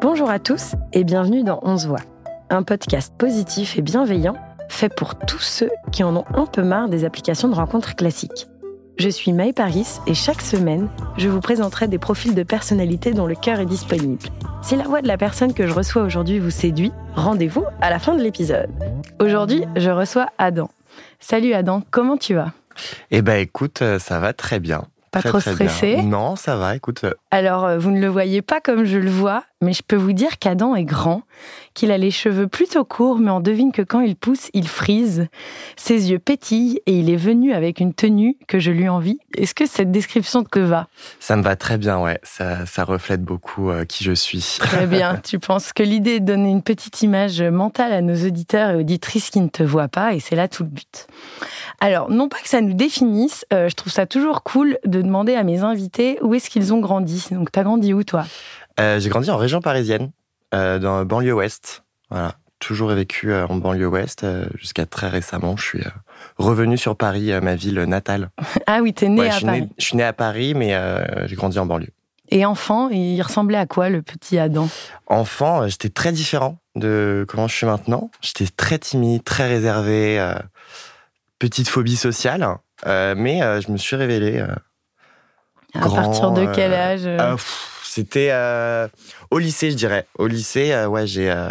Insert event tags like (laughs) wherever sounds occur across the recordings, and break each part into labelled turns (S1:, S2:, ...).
S1: Bonjour à tous et bienvenue dans On se voit, un podcast positif et bienveillant fait pour tous ceux qui en ont un peu marre des applications de rencontres classiques. Je suis Maë Paris et chaque semaine, je vous présenterai des profils de personnalités dont le cœur est disponible. Si la voix de la personne que je reçois aujourd'hui vous séduit, rendez-vous à la fin de l'épisode. Aujourd'hui, je reçois Adam. Salut Adam, comment tu vas
S2: Eh ben écoute, euh, ça va très bien.
S1: Pas
S2: Très,
S1: trop
S2: très bien.
S1: stressé
S2: Non, ça va, écoute. euh,
S1: Alors, euh, vous ne le voyez pas comme je le vois, mais je peux vous dire qu'Adam est grand, qu'il a les cheveux plutôt courts, mais on devine que quand il pousse, il frise. Ses yeux pétillent et il est venu avec une tenue que je lui envie. Est-ce que cette description te va
S2: Ça me va très bien, ouais. Ça, ça reflète beaucoup euh, qui je suis. (laughs)
S1: Très Eh bien. tu penses que l'idée est de donner une petite image mentale à nos auditeurs et auditrices qui ne te voient pas, et c'est là tout le but. Alors, non pas que ça nous définisse, euh, je trouve ça toujours cool de demander à mes invités où est-ce qu'ils ont grandi. Donc, t'as grandi où, toi
S2: Euh, J'ai grandi en région parisienne, euh, dans la banlieue ouest. Voilà. Toujours vécu euh, en banlieue ouest euh, jusqu'à très récemment. Je suis euh, revenu sur Paris, euh, ma ville natale.
S1: Ah oui, t'es né
S2: Ouais,
S1: à
S2: Bah, je, suis
S1: Paris.
S2: Né, je suis né à Paris, mais euh, j'ai grandi en banlieue.
S1: Et enfant, il ressemblait à quoi le petit Adam
S2: Enfant, euh, j'étais très différent de comment je suis maintenant. J'étais très timide, très réservé, euh, petite phobie sociale, euh, mais euh, je me suis révélé. euh,
S1: À
S2: Grand,
S1: partir de quel
S2: euh,
S1: âge euh
S2: Euh, pff, C'était euh, au lycée, je dirais. Au lycée, euh, ouais, j'ai euh,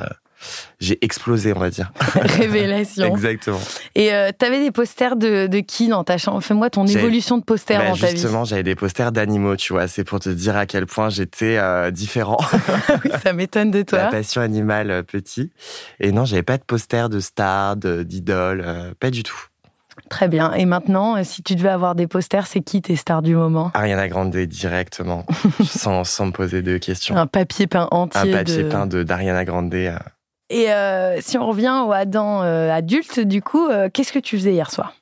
S2: j'ai explosé, on va dire.
S1: (laughs) Révélation.
S2: Exactement.
S1: Et euh, t'avais des posters de, de qui dans ta chambre Fais-moi ton
S2: J'ai-
S1: évolution de posters
S2: Bah,
S1: dans ta vie.
S2: justement, j'avais des posters d'animaux, tu vois. C'est pour te dire à quel point j'étais euh, différent.
S1: (laughs) Oui, ça m'étonne de
S2: (laughs) La
S1: toi.
S2: passion animale euh, petit. Et non, j'avais pas de posters de stars, de- d'idoles, euh, pas du tout.
S1: Très bien. Et maintenant, euh, si tu devais avoir des posters, c'est qui tes stars du moment
S2: Ariana Grande
S1: (laughs)
S2: directement, sans, sans me poser de questions.
S1: Un papier peint
S2: Un
S1: entier.
S2: papier
S1: de-
S2: peint de d'Ariana Grande. euh,
S1: Et euh, si on revient au Adam euh, adulte, du coup, euh, qu'est-ce que tu faisais hier soir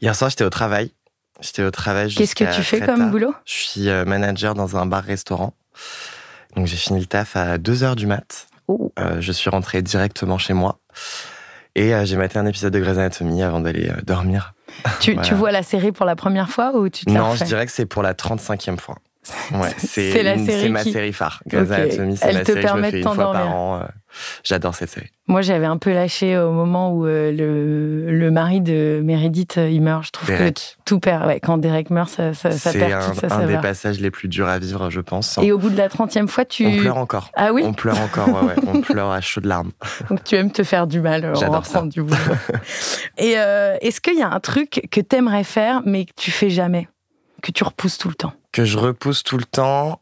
S2: Hier soir, j'étais au travail. J'étais au travail
S1: Qu'est-ce que
S2: jusqu'à
S1: tu fais
S2: très
S1: comme
S2: tard.
S1: boulot
S2: Je suis euh, manager dans un bar-restaurant. Donc j'ai fini le taf à 2h du mat.
S1: Oh.
S2: Euh, je suis rentré directement chez moi. Et euh, j'ai maté un épisode de Grey's Anatomy avant d'aller euh, dormir.
S1: tu,
S2: Voilà.
S1: tu vois la série pour la première fois ou tu te la
S2: non, je
S1: refais
S2: dirais que c'est pour la
S1: (laughs)
S2: 35e fois. Ouais,
S1: c'est la
S2: une-
S1: série
S2: c'est ma
S1: qui-
S2: série phare. Grey's
S1: Ok.
S2: Anatomy, c'est
S1: Elle
S2: la
S1: te
S2: série que je
S1: permet
S2: me
S1: de
S2: fais une fois par
S1: t'endormir.
S2: an. euh, J'adore cette série.
S1: Moi, j'avais un peu lâché au moment où euh, le, le mari de Meredith, euh, il meurt. Je trouve que
S2: Derek.
S1: tout perd. Ouais, quand Derek meurt, ça, ça, Euh, ça
S2: C'est
S1: perd
S2: un,
S1: toute sa
S2: un des
S1: saveur.
S2: passages les plus durs à vivre, je pense.
S1: Et au bout de la 30e fois, tu.
S2: On pleure encore.
S1: Ah oui
S2: On pleure encore, ouais, ouais.
S1: (laughs)
S2: On pleure à chaudes larmes.
S1: Donc tu aimes te faire du mal euh, en
S2: J'adore ça.
S1: rentrant du
S2: (laughs)
S1: boulot. Et euh, est-ce qu'il y a un truc que t'aimerais faire, mais que tu fais jamais Que tu repousses tout le temps
S2: que je repousse tout le temps.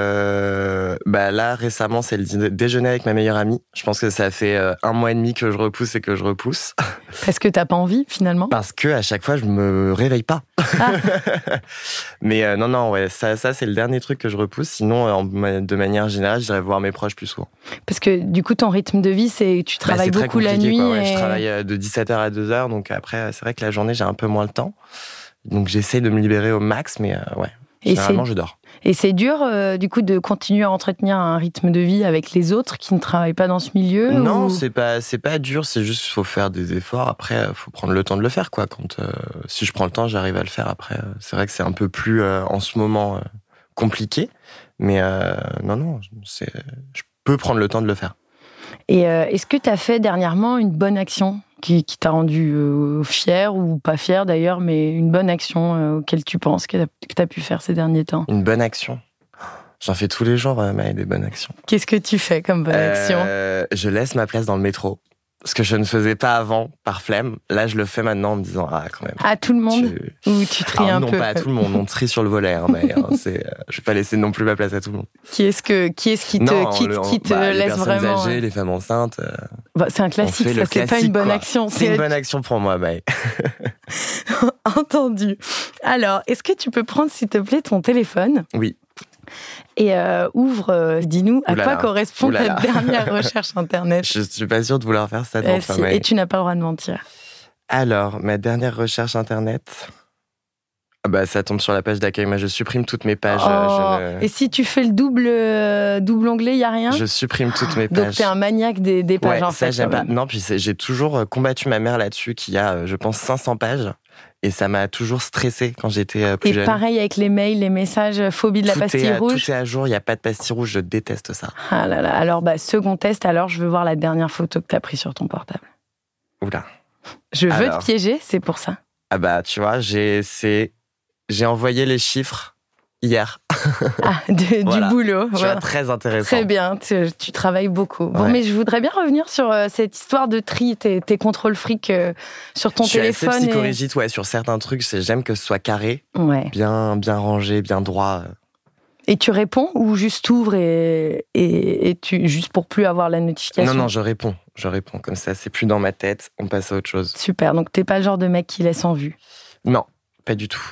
S2: euh, bah là récemment, c'est le dîner- déjeuner avec ma meilleure amie. Je pense que ça fait euh, un mois et demi que je repousse et que je repousse
S1: Parce que t'as pas envie, finalement
S2: parce que à chaque fois je me réveille pas.
S1: Ah.
S2: (laughs) Mais euh, non non ouais ça ça c'est le dernier truc que je repousse. Sinon euh, en ma- de manière générale, j'irai voir mes proches plus souvent.
S1: Parce que du coup, ton rythme de vie, c'est tu
S2: Bah,
S1: travailles
S2: c'est très
S1: beaucoup la
S2: compliqué,
S1: nuit.
S2: quoi, ouais. Je
S1: et-
S2: travaille euh, de 17h à 2h donc après euh, c'est vrai que la journée j'ai un peu moins le temps. Donc j'essaie de me libérer au max mais euh, ouais.
S1: et c'est-
S2: Généralement je dors.
S1: Et c'est dur, euh, du coup, de continuer à entretenir un rythme de vie avec les autres qui ne travaillent pas dans ce milieu
S2: Non,
S1: ou-
S2: c'est pas c'est pas dur, c'est juste faut faire des efforts. Après, euh, faut prendre le temps de le faire quoi. Quand euh, si je prends le temps, j'arrive à le faire. Après, Euh, c'est vrai que c'est un peu plus euh, en ce moment euh, compliqué, mais euh, non non, c'est je peux prendre le temps de le faire.
S1: Et euh, est-ce que tu as fait dernièrement une bonne action qui, qui t'a rendu euh, fier ou pas fier d'ailleurs, mais une bonne action euh, auquel tu penses que tu as pu faire ces derniers temps
S2: Une bonne action. J'en fais tous les jours, euh, Maë, des bonnes actions.
S1: Qu'est-ce que tu fais comme bonne action
S2: Euh, je laisse ma place dans le métro, ce que je ne faisais pas avant par flemme. Là, je le fais maintenant en me disant ah quand même.
S1: À tout le monde
S2: tu-
S1: Ou tu tries
S2: Alors,
S1: un
S2: non
S1: peu
S2: pas à tout le monde, on trie sur le volet. Hein,
S1: (laughs)
S2: Maë, hein, c'est, euh, je vais pas laisser non plus ma place à tout le monde.
S1: Qui est-ce que qui est-ce qui te
S2: Non,
S1: qui,
S2: le- on-
S1: qui te
S2: bah, les
S1: laisse
S2: personnes
S1: vraiment hein.
S2: âgées, les femmes enceintes, euh,
S1: Bah, C'est un classique,
S2: fait
S1: ça
S2: le
S1: c'est pas une
S2: classique,
S1: bonne
S2: quoi.
S1: action.
S2: c'est une
S1: C'est
S2: bonne action pour moi.
S1: (laughs)
S2: Maë.
S1: entendu. Alors, est-ce que tu peux prendre s'il te plaît ton téléphone
S2: Oui.
S1: Et euh, ouvre, euh, dis-nous à
S2: Ouh là
S1: quoi
S2: là.
S1: correspond
S2: Ouh là
S1: ta
S2: là. (laughs)
S1: dernière recherche internet.
S2: Je suis pas sûr de vouloir faire ça.
S1: Euh,
S2: devant toi,
S1: si,
S2: Maë.
S1: et tu n'as pas le droit de mentir.
S2: Alors, ma dernière recherche internet. Ah Bah, ça tombe sur la page d'accueil. Moi, je supprime toutes mes pages.
S1: Oh,
S2: euh, je, ne-
S1: Et si tu fais le double, euh, double onglet, il n'y a rien
S2: je supprime toutes mes
S1: Donc,
S2: pages.
S1: t'es un maniaque des, des pages,
S2: ouais,
S1: en
S2: ça
S1: fait.
S2: j'aime
S1: quand
S2: pas.
S1: même.
S2: Non, puis c'est- j'ai toujours euh, combattu ma mère là-dessus, qui a, euh, je pense, 500 pages Et ça m'a toujours stressé quand j'étais euh, plus
S1: Et
S2: jeune.
S1: pareil avec les mails, les messages, euh, phobie de la
S2: tout,
S1: pastille
S2: est à,
S1: rouge.
S2: tout est à jour, il n'y a pas de pastille rouge, je déteste ça.
S1: Ah là là, alors bah, second test, alors je veux voir la dernière photo que t'as prise sur ton portable.
S2: Oula.
S1: Je veux
S2: Alors.
S1: te piéger, c'est pour ça.
S2: Ah bah, tu vois, j'ai c'est- j'ai envoyé les chiffres hier.
S1: Ah, de-
S2: Voilà.
S1: du boulot.
S2: Tu
S1: voilà.
S2: vois, très intéressant.
S1: Très bien, tu, tu travailles beaucoup. Bon,
S2: Ouais.
S1: mais je voudrais bien revenir sur euh, cette histoire de tri, tes, tes contrôles fric euh, sur ton
S2: je suis assez
S1: téléphone. et-
S2: psychorigide, ouais, sur certains trucs, c'est- j'aime que ce soit carré,
S1: Ouais.
S2: bien, bien rangé, bien droit.
S1: Et tu réponds ou juste t'ouvres et, et, et tu juste pour plus avoir la notification
S2: Non, non, je réponds, je réponds. Comme ça, c'est plus dans ma tête, on passe à autre chose.
S1: Super, donc t'es pas le genre de mec qui laisse en vue.
S2: Non, pas du tout.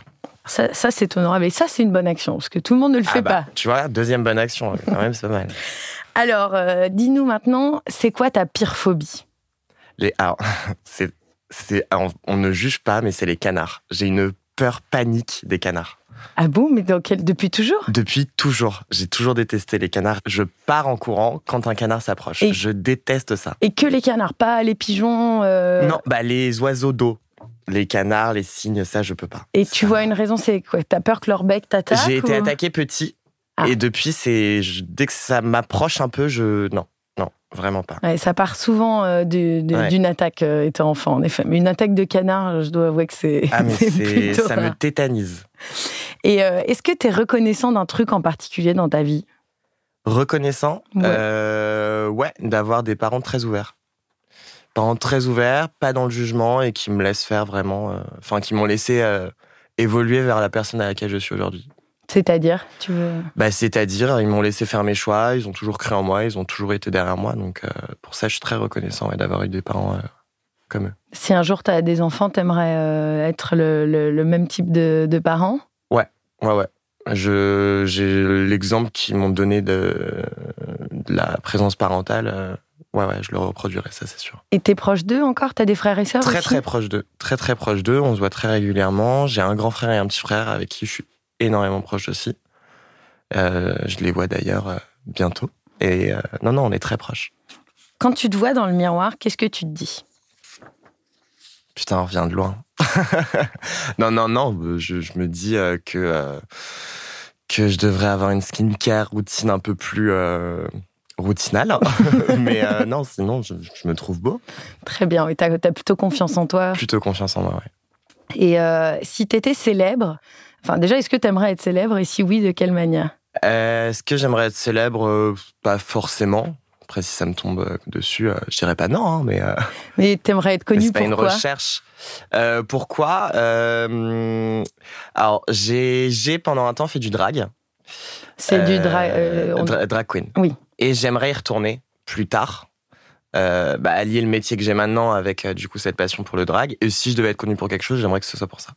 S1: Ça, ça, c'est honorable et ça c'est une bonne action parce que tout le monde ne le
S2: Ah
S1: fait
S2: bah,
S1: pas.
S2: Tu vois, deuxième bonne action, quand même, c'est pas mal.
S1: Alors, euh, dis-nous maintenant, c'est quoi ta pire phobie
S2: Les, alors, (laughs) c'est, c'est, alors, on ne juge pas, mais c'est les canards. J'ai une peur panique des canards.
S1: Ah bon, mais dans quel- depuis toujours
S2: Depuis toujours, j'ai toujours détesté les canards. Je pars en courant quand un canard s'approche.
S1: Et-
S2: Je déteste ça.
S1: Et que les canards, pas les pigeons. euh,
S2: Non, bah les oiseaux d'eau, les canards, les cygnes, ça je peux pas.
S1: Et tu
S2: Ça-
S1: vois une raison, c'est quoi T'as peur que leur bec t'attaque
S2: J'ai été
S1: ou-
S2: attaqué petit
S1: Ah.
S2: et depuis c'est je- dès que ça m'approche un peu, je non, non, vraiment pas.
S1: Ouais, ça part souvent euh, du- de-
S2: Ouais.
S1: d'une attaque euh, étant enfant, en effet. Mais une attaque de canard, je dois avouer que c'est (laughs)
S2: Ah mais
S1: c'est
S2: c'est
S1: plutôt
S2: ça me
S1: rare.
S2: tétanise.
S1: Et euh, est-ce que t'es reconnaissant d'un truc en particulier dans ta vie
S2: Reconnaissant,
S1: Ouais.
S2: euh, ouais, d'avoir des parents très ouverts. Parents très ouverts, pas dans le jugement et qui me laissent faire vraiment, euh, enfin qui m'ont laissé euh, évoluer vers la personne à laquelle je suis aujourd'hui.
S1: C'est-à-dire, tu veux...
S2: Bah, c'est-à-dire, ils m'ont laissé faire mes choix, ils ont toujours cru en moi, ils ont toujours été derrière moi. Donc, euh, pour ça, je suis très reconnaissant ouais, d'avoir eu des parents euh, comme eux.
S1: Si un jour t'as des enfants, t'aimerais euh, être le, le- le même type de, de parent
S2: Ouais, ouais. Je, j'ai l'exemple qu'ils m'ont donné de, de la présence parentale. euh, ouais, ouais, je le reproduirai, ça, c'est sûr.
S1: Et t'es proche d'eux encore T'as des frères et sœurs
S2: Très,
S1: Ah, aussi
S2: très proche d'eux. Très, très proche d'eux. On se voit très régulièrement. J'ai un grand frère et un petit frère avec qui je suis énormément proche aussi. Euh, je les vois d'ailleurs euh, bientôt. Et euh, non, non, on est très proches.
S1: Quand tu te vois dans le miroir, qu'est-ce que tu te dis
S2: Putain, on revient de loin. (laughs) non, non, non, je, je me dis euh, que, euh, que je devrais avoir une skincare routine un peu plus euh, routinale. (laughs) Mais euh, non, sinon, je, je me trouve beau.
S1: Très bien, oui, t'as as plutôt confiance en toi.
S2: Plutôt confiance en moi, ouais.
S1: Et euh, si t'étais célèbre, enfin déjà, est-ce que t'aimerais être célèbre Et si oui, de quelle manière
S2: Euh, Est-ce que j'aimerais être célèbre Euh, Pas forcément. Après, si ça me tombe euh, dessus, euh, je dirais pas non, hein, mais euh,
S1: Mais t'aimerais être
S2: Mais
S1: connu
S2: (laughs) c'est pas une
S1: pourquoi
S2: recherche. Euh, pourquoi Euh, Alors, j'ai j'ai pendant un temps fait du drag.
S1: C'est du dra-
S2: Euh,
S1: euh, on-
S2: dra- drag queen.
S1: Oui.
S2: Et j'aimerais y retourner plus tard. Euh, bah, allier le métier que j'ai maintenant avec euh, du coup cette passion pour le drag. Et si je devais être connu pour quelque chose, j'aimerais que ce soit pour ça.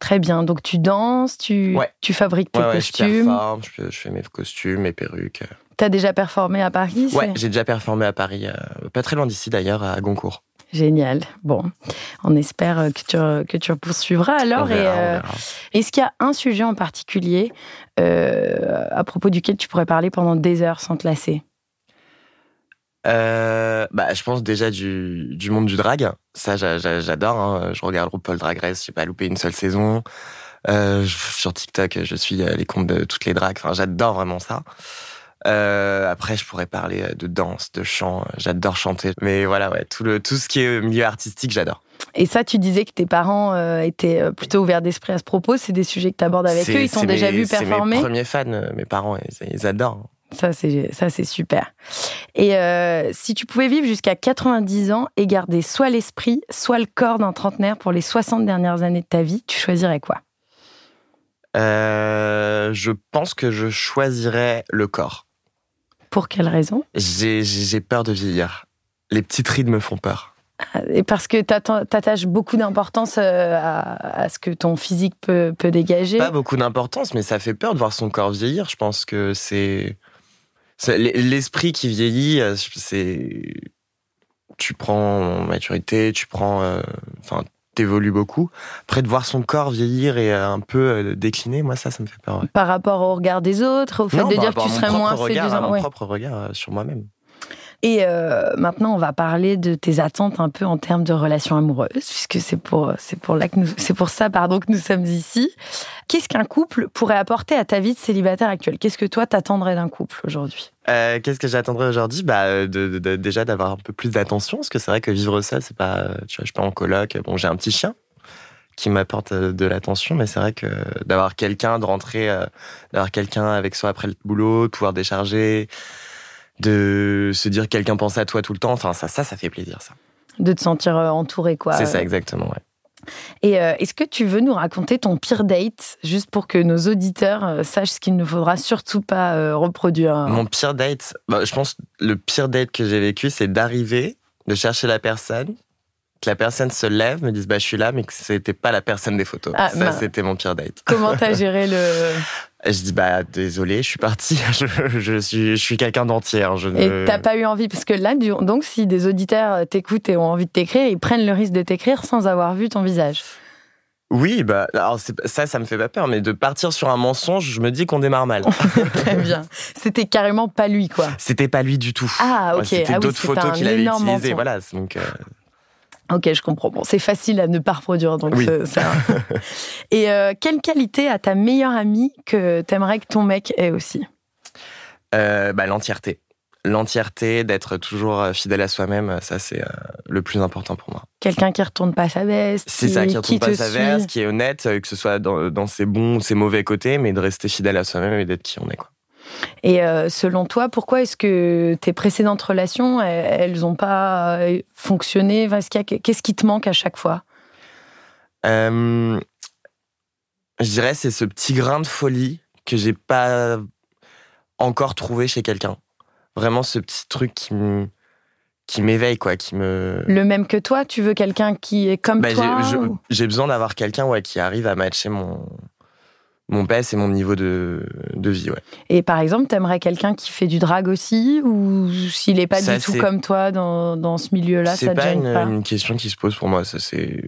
S1: Très bien. Donc tu danses, tu,
S2: Ouais.
S1: tu fabriques tes
S2: Ouais, ouais, je
S1: costumes.
S2: performe, je, fais- je fais mes costumes, mes perruques.
S1: T'as déjà performé à Paris. c'est
S2: Ouais, j'ai déjà performé à Paris, euh, pas très loin d'ici d'ailleurs, à Goncourt.
S1: Génial. Bon, on espère euh, que tu re- que tu poursuivras alors.
S2: On verra,
S1: et
S2: on
S1: euh,
S2: verra.
S1: est-ce qu'il y a un sujet en particulier euh, à propos duquel tu pourrais parler pendant des heures sans te lasser
S2: Euh, bah, je pense déjà du, du monde du drag. Ça, j'a- j'a- j'adore. hein. Je regarde RuPaul Drag Race. J'ai pas loupé une seule saison. Euh, je- sur TikTok, je suis euh, les comptes de toutes les drags. Enfin, j'adore vraiment ça. Euh, après, je pourrais parler euh, de danse, de chant. J'adore chanter. Mais voilà, ouais, tout le tout ce qui est milieu artistique, j'adore.
S1: Et ça, tu disais que tes parents euh, étaient euh, plutôt ouverts d'esprit à ce propos. C'est des sujets que tu abordes avec
S2: C'est-
S1: Bah, eux. Ils t'ont
S2: c'est
S1: déjà
S2: mes-
S1: vu performer.
S2: C'est mes premiers fans, euh, mes parents. Ils, ils adorent.
S1: Ça, c'est ça, c'est super. Et euh, si tu pouvais vivre jusqu'à 90 ans et garder soit l'esprit, soit le corps d'un trentenaire pour les 60 dernières années de ta vie, tu choisirais quoi
S2: Euh, je pense que je choisirais le corps.
S1: Pour quelle raison
S2: J'ai j'ai- j'ai peur de vieillir. Les petites rides me font peur.
S1: Et parce que t'atta- t'attaches beaucoup d'importance euh, à, à ce que ton physique peut, peut dégager.
S2: pas beaucoup d'importance, mais ça fait peur de voir son corps vieillir. Je pense que c'est c'est l'e- l'esprit qui vieillit. euh, C'est tu prends en maturité, tu prends, euh, enfin, t'évolues beaucoup. Après de voir son corps vieillir et euh, un peu euh, décliner, moi ça, ça me fait peur. ouais.
S1: Par rapport au regard des autres, au fait
S2: Non,
S1: de
S2: par
S1: dire que
S2: rapport
S1: tu serais
S2: à mon propre
S1: moins
S2: regard, à
S1: séduisant.
S2: mon
S1: Ouais.
S2: propre regard euh, sur moi-même.
S1: Et euh, maintenant, on va parler de tes attentes un peu en termes de relations amoureuses, puisque c'est pour, c'est pour, là que nous, c'est pour ça pardon, que nous sommes ici. Qu'est-ce qu'un couple pourrait apporter à ta vie de célibataire actuelle Qu'est-ce que toi t'attendrais d'un couple aujourd'hui
S2: Euh, Qu'est-ce que j'attendrais aujourd'hui bah, euh, de, de- de- Déjà d'avoir un peu plus d'attention, parce que c'est vrai que vivre seul, c'est pas. euh, Tu vois, je suis pas en coloc. Bon, j'ai un petit chien qui m'apporte euh, de l'attention, mais c'est vrai que d'avoir quelqu'un, de rentrer, euh, d'avoir quelqu'un avec soi après le boulot, de pouvoir décharger, de se dire quelqu'un pense à toi tout le temps, enfin, ça, ça, ça fait plaisir, ça.
S1: De te sentir euh, entouré, quoi.
S2: c'est ça, exactement, ouais.
S1: Et euh, est-ce que tu veux nous raconter ton pire date, juste pour que nos auditeurs euh, sachent ce qu'il ne faudra surtout pas euh, reproduire
S2: Mon pire date, bah, je pense le pire date que j'ai vécu, c'est d'arriver, de chercher la personne, que la personne se lève, me dise bah je suis là, mais que c'était pas la personne des photos.
S1: Ah,
S2: ça,
S1: mince.
S2: c'était mon pire date.
S1: Comment t'as géré le...
S2: Et je dis bah désolé, je suis parti, (laughs) je, je suis, je suis quelqu'un d'entier. hein, Je ne-
S1: Et t'as pas eu envie, parce que là, du- donc, si des auditeurs euh, t'écoutent et ont envie de t'écrire, ils prennent le risque de t'écrire sans avoir vu ton visage.
S2: Oui, bah alors c'est- ça, ça me fait pas peur, mais de partir sur un mensonge, je me dis qu'on
S1: (laughs)
S2: démarre mal.
S1: (laughs) Très bien. C'était carrément pas lui, quoi.
S2: c'était pas lui du tout.
S1: Ah, ok.
S2: C'était
S1: Ah oui,
S2: d'autres
S1: c'était un
S2: photos qu'il avait
S1: énorme mensonge.
S2: utilisées. Voilà, donc euh,
S1: Ok, je comprends. Bon, c'est facile à ne pas reproduire, donc
S2: Oui.
S1: c'est-
S2: (laughs)
S1: ça. et euh, quelle qualité a ta meilleure amie que t'aimerais que ton mec ait aussi
S2: Euh, bah, l'entièreté. L'entièreté, d'être toujours euh, fidèle à soi-même, ça c'est euh, le plus important pour moi.
S1: Quelqu'un qui retourne pas sa veste,
S2: C'est ça qui retourne pas
S1: te
S2: sa
S1: suit.
S2: verse, qui est honnête, euh, que ce soit dans, dans ses bons ou ses mauvais côtés, mais de rester fidèle à soi-même et d'être qui on est. Quoi.
S1: Et euh, selon toi, pourquoi est-ce que tes précédentes relations, e- elles n'ont pas euh, fonctionné Enfin, est-ce qu'il y a- Qu'est-ce qui te manque à chaque fois
S2: Euh, je dirais c'est ce petit grain de folie que j'ai pas encore trouvé chez quelqu'un. Vraiment ce petit truc qui me- qui m'éveille, quoi, qui me...
S1: Le même que toi, tu veux quelqu'un qui est comme
S2: Euh. Bah, j'ai-
S1: toi
S2: je-
S1: ou-
S2: J'ai besoin d'avoir quelqu'un ouais, qui arrive à matcher mon, mon PES et mon niveau de, de vie. Ouais.
S1: Et par exemple, t'aimerais quelqu'un qui fait du drag aussi ou s'il n'est pas
S2: Ça,
S1: du tout
S2: c'est-
S1: comme toi dans, dans ce milieu-là, ça
S2: c'est
S1: te
S2: pas,
S1: gêne
S2: une,
S1: pas
S2: une question qui se pose pour moi. Ça, c'est,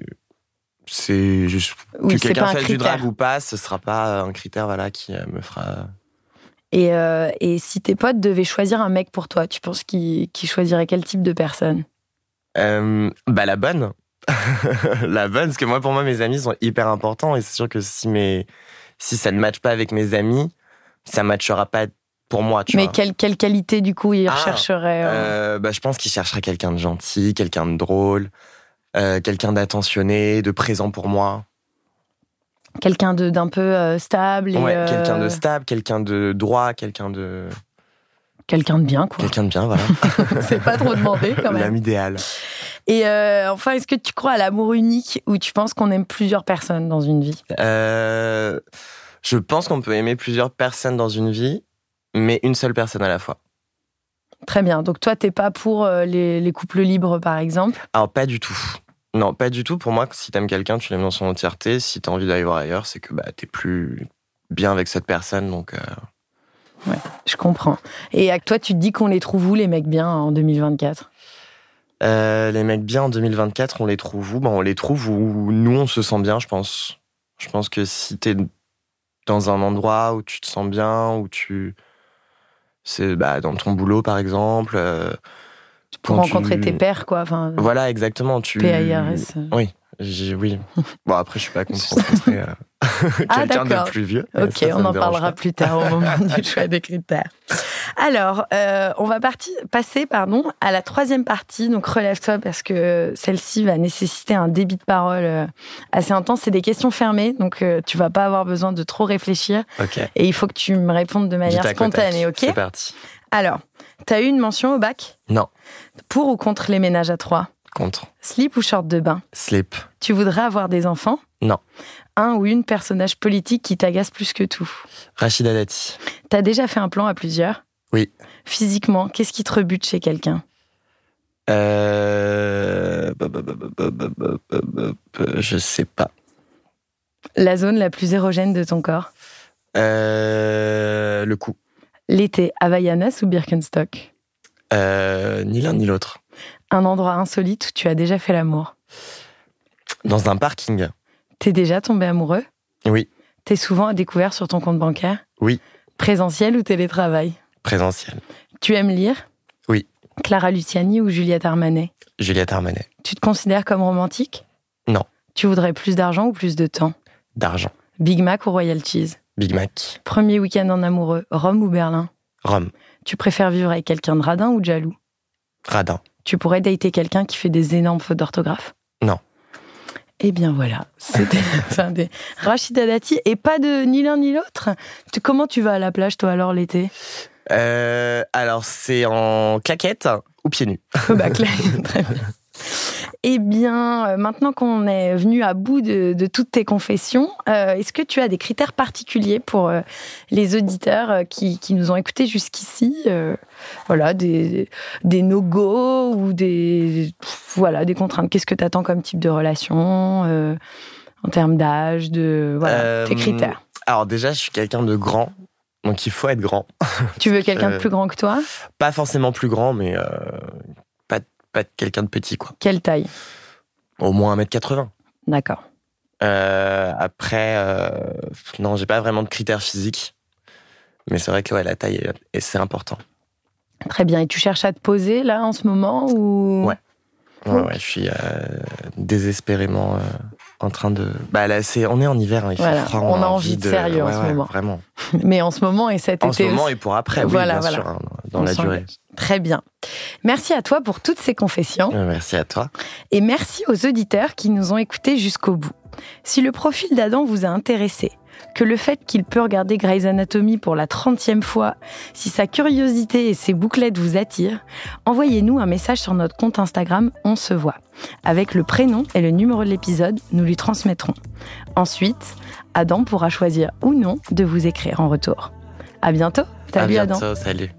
S2: c'est juste
S1: Oui,
S2: que
S1: c'est pas
S2: quelqu'un
S1: un
S2: fasse du
S1: critère.
S2: drag ou pas, ce sera pas un critère voilà, qui euh, me fera.
S1: Et, euh, et si tes potes devaient choisir un mec pour toi, tu penses qu'ils qu'ils choisiraient quel type de personne
S2: Euh, bah, la bonne. (laughs) la bonne, parce que moi, pour moi, mes amis sont hyper importants et c'est sûr que si, mes, si ça ne matche pas avec mes amis, ça ne matchera pas pour moi. Tu
S1: Mais
S2: vois.
S1: quelle, quelle qualité du coup ils
S2: Ah,
S1: rechercheraient euh,
S2: Euh, bah, je pense qu'il chercherait quelqu'un de gentil, quelqu'un de drôle, euh, quelqu'un d'attentionné, de présent pour moi.
S1: Quelqu'un de- d'un peu euh, stable et,
S2: Ouais,
S1: euh,
S2: Quelqu'un de stable, quelqu'un de droit, quelqu'un de
S1: quelqu'un de bien, quoi.
S2: quelqu'un de bien, voilà.
S1: C'est pas trop demandé (laughs) quand même.
S2: L'âme idéal.
S1: Et euh, enfin, est-ce que tu crois à l'amour unique ou tu penses qu'on aime plusieurs personnes dans une vie
S2: Euh, je pense qu'on peut aimer plusieurs personnes dans une vie, mais une seule personne à la fois.
S1: Très bien. Donc toi, t'es pas pour euh, les, les couples libres, par exemple.
S2: Alors pas du tout. Non, pas du tout. Pour moi, si t'aimes quelqu'un, tu l'aimes dans son entièreté. Si t'as envie d'aller voir ailleurs, c'est que bah t'es plus bien avec cette personne, donc. euh,
S1: Je comprends. Et à toi, tu te dis qu'on les trouve où les mecs bien en 2024
S2: Euh, les mecs bien en 2024, on les trouve où ben, On les trouve où nous, on se sent bien, je pense. Je pense que si t'es dans un endroit où tu te sens bien, où tu. C'est bah, dans ton boulot, par exemple. euh,
S1: pour
S2: quand tu-
S1: rencontrer tes pères, quoi. Enfin,
S2: Voilà, exactement. Tu...
S1: PAIRS. (laughs)
S2: J'ai- Oui. Bon, après, je suis pas contre rencontrer euh,
S1: Ah,
S2: quelqu'un
S1: d'accord.
S2: de plus vieux. mais
S1: Ok,
S2: ça, ça
S1: on
S2: me
S1: en
S2: dérange
S1: parlera
S2: pas.
S1: plus tard au
S2: (laughs)
S1: moment du choix des critères. Alors, euh, on va parti- passer pardon, à la troisième partie. Donc, relève-toi parce que celle-ci va nécessiter un débit de parole euh, assez intense. C'est des questions fermées, donc euh, tu vas pas avoir besoin de trop réfléchir.
S2: Ok.
S1: Et il faut que tu me répondes de
S2: Du
S1: manière
S2: tac au tac.
S1: spontanée,
S2: C'est
S1: ok
S2: parti.
S1: Alors, t'as eu une mention au bac
S2: Non.
S1: Pour ou contre les ménages à trois
S2: Contre.
S1: Slip ou short de bain
S2: Slip.
S1: Tu voudrais avoir des enfants
S2: Non.
S1: Un ou une personnage politique qui t'agace plus que tout
S2: Rachida Dati.
S1: T'as déjà fait un plan à plusieurs
S2: Oui.
S1: Physiquement, qu'est-ce qui te rebute chez quelqu'un
S2: Euh... bah, bah, bah, bah, bah, bah, bah, bah, bah, bah, Je sais pas.
S1: La zone la plus érogène de ton corps
S2: Euh... Le coup.
S1: L'été, Havaianas ou Birkenstock
S2: Euh... Ni l'un ni l'autre.
S1: Un endroit insolite où tu as déjà fait l'amour
S2: Dans un parking.
S1: T'es déjà tombé amoureux
S2: Oui.
S1: T'es souvent à découvert sur ton compte bancaire
S2: Oui.
S1: Présentiel ou télétravail
S2: Présentiel.
S1: Tu aimes lire
S2: Oui.
S1: Clara Luciani ou Juliette Armanet
S2: Juliette Armanet,
S1: Tu te considères comme romantique
S2: Non.
S1: Tu voudrais plus d'argent ou plus de temps
S2: d'argent.
S1: Big Mac ou Royal Cheese
S2: Big Mac,
S1: Premier week-end en amoureux, Rome ou Berlin
S2: Rome,
S1: Tu préfères vivre avec quelqu'un de radin ou de jaloux
S2: Radin.
S1: Tu pourrais dater quelqu'un qui fait des énormes fautes d'orthographe
S2: Non.
S1: Eh bien voilà, c'était la fin des Rachida Dati et pas de ni l'un ni l'autre. Tu- Comment tu vas à la plage toi alors l'été
S2: Euh, alors, c'est en claquette ou pieds nus
S1: Bah, clair, (laughs) très bien. Eh bien, euh, maintenant qu'on est venu à bout de, de toutes tes confessions, euh, est-ce que tu as des critères particuliers pour euh, les auditeurs euh, qui, qui nous ont écoutés jusqu'ici euh, Voilà, des, des no-go ou des, pff, voilà, des contraintes. Qu'est-ce que tu attends comme type de relation euh, en termes d'âge, de voilà,
S2: Euh,
S1: tes critères
S2: Alors, déjà, je suis quelqu'un de grand, donc il faut être grand.
S1: Tu veux quelqu'un de
S2: euh,
S1: plus grand que toi
S2: Pas forcément plus grand, mais euh, pas, pas quelqu'un de petit, quoi.
S1: Quelle taille
S2: Au moins 1m80.
S1: D'accord.
S2: Euh, après, euh, non, j'ai pas vraiment de critères physiques. Mais c'est vrai que ouais, la taille, est- et c'est important.
S1: Très bien. Et tu cherches à te poser là en ce moment ou
S2: Ouais. Ouais,
S1: Ok.
S2: ouais, je suis euh, désespérément euh, en train de. Bah là, c'est, on est en hiver, hein, il fait
S1: Voilà,
S2: froid.
S1: on a envie de sérieux en
S2: ouais,
S1: ce
S2: ouais,
S1: moment.
S2: Vraiment.
S1: Mais en ce moment et cet
S2: En ce
S1: été
S2: moment
S1: aussi.
S2: et pour après, oui,
S1: Voilà,
S2: bien
S1: voilà.
S2: sûr, hein, dans
S1: On
S2: la
S1: s'engage.
S2: durée.
S1: Très bien. Merci à toi pour toutes ces confessions
S2: Euh, Merci à toi.
S1: et merci aux auditeurs qui nous ont écoutés jusqu'au bout. Si le profil d'Adam vous a intéressé, que le fait qu'il peut regarder Grey's Anatomy pour la 30e fois, si sa curiosité et ses bouclettes vous attirent, envoyez-nous un message sur notre compte Instagram On se voit. Avec le prénom et le numéro de l'épisode, nous lui transmettrons. Ensuite, Adam pourra choisir ou non de vous écrire en retour. À bientôt.
S2: à
S1: Salut Adam.
S2: bientôt, salut.